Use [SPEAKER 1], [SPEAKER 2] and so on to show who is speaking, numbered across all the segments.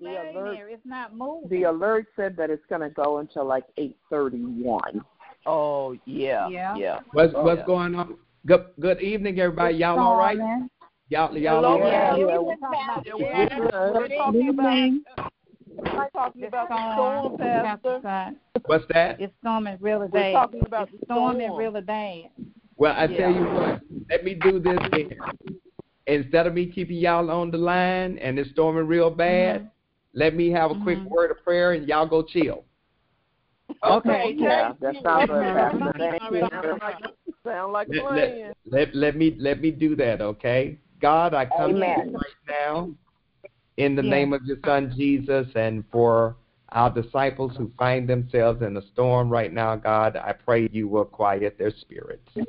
[SPEAKER 1] The alert,
[SPEAKER 2] there. It's not moving.
[SPEAKER 1] the alert said that it's going to go until like 8:31.
[SPEAKER 3] Oh yeah,
[SPEAKER 2] Yeah.
[SPEAKER 3] yeah.
[SPEAKER 4] What's
[SPEAKER 3] Oh,
[SPEAKER 4] what's
[SPEAKER 3] yeah.
[SPEAKER 4] going on? Good good evening, everybody. Y'all all right?
[SPEAKER 2] Storming.
[SPEAKER 4] Y'all y'all
[SPEAKER 3] Hello,
[SPEAKER 4] all
[SPEAKER 3] yeah.
[SPEAKER 4] right?
[SPEAKER 2] Yeah,
[SPEAKER 1] Yeah,
[SPEAKER 2] we
[SPEAKER 1] we're
[SPEAKER 2] were talking
[SPEAKER 3] Yeah,
[SPEAKER 2] about
[SPEAKER 3] we're
[SPEAKER 2] that.
[SPEAKER 3] good. We're talking about,
[SPEAKER 2] Evening.
[SPEAKER 3] we're talking about the storm,
[SPEAKER 2] Storm,
[SPEAKER 3] Pastor.
[SPEAKER 2] Prophesied.
[SPEAKER 4] What's that?
[SPEAKER 2] It's storming really
[SPEAKER 3] We're
[SPEAKER 2] bad.
[SPEAKER 3] talking about the
[SPEAKER 2] It's storming
[SPEAKER 3] storm.
[SPEAKER 2] really bad.
[SPEAKER 4] Well, I
[SPEAKER 3] Yeah.
[SPEAKER 4] tell you what. Let me do this here. Instead of me keeping y'all on the line and it's storming real bad,
[SPEAKER 3] Mm-hmm.
[SPEAKER 4] let me have a quick
[SPEAKER 2] Mhm.
[SPEAKER 4] word of prayer and y'all go chill.
[SPEAKER 3] Okay.
[SPEAKER 1] Yeah, that sounds good, Pastor. Thank you.
[SPEAKER 3] Sound like
[SPEAKER 4] Let,
[SPEAKER 3] playing.
[SPEAKER 4] let, let, let me let me do that, okay? God, I come to
[SPEAKER 1] Amen.
[SPEAKER 4] you right now in the
[SPEAKER 2] Yes.
[SPEAKER 4] name of your son Jesus and for our disciples who find themselves in a storm right now, God, I pray you will quiet their spirits.
[SPEAKER 1] Yes,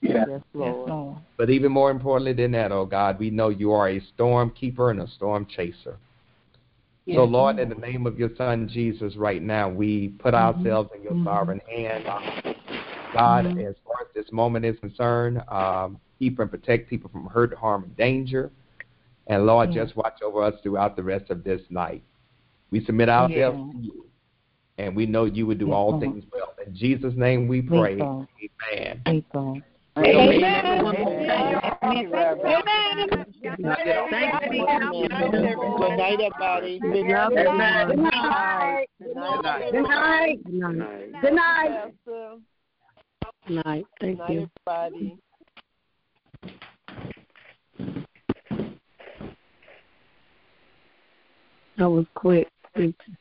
[SPEAKER 2] Yes,
[SPEAKER 1] Lord.
[SPEAKER 2] Lord.
[SPEAKER 4] But even more importantly than that, oh God, we know you are a storm keeper and a storm chaser. So, Lord, in the name of your Son Jesus, right now, we put ourselves in your
[SPEAKER 2] Mhm.
[SPEAKER 4] sovereign hand. God,
[SPEAKER 2] Mhm.
[SPEAKER 4] as far as this moment is concerned, um, keep and protect people from hurt, harm, and danger. And, Lord,
[SPEAKER 2] Yeah.
[SPEAKER 4] just watch over us throughout the rest of this night. We submit ourselves
[SPEAKER 2] Yeah.
[SPEAKER 4] to you, and we know you will do
[SPEAKER 2] Yes,
[SPEAKER 4] all
[SPEAKER 2] Lord.
[SPEAKER 4] things well. In Jesus' name we
[SPEAKER 2] Please,
[SPEAKER 4] pray.
[SPEAKER 2] Lord.
[SPEAKER 4] Amen.
[SPEAKER 2] Please, Lord.
[SPEAKER 1] Amen.
[SPEAKER 5] Thank you. Good night, everybody.
[SPEAKER 1] Good night, everyone.
[SPEAKER 5] night. Good night.
[SPEAKER 3] Good
[SPEAKER 5] night. Good
[SPEAKER 6] Good night.
[SPEAKER 5] night.
[SPEAKER 3] Pastor.
[SPEAKER 6] Good night.
[SPEAKER 3] Good
[SPEAKER 6] Thank
[SPEAKER 3] night,
[SPEAKER 6] you.
[SPEAKER 3] everybody.
[SPEAKER 6] That was quick. Thank you.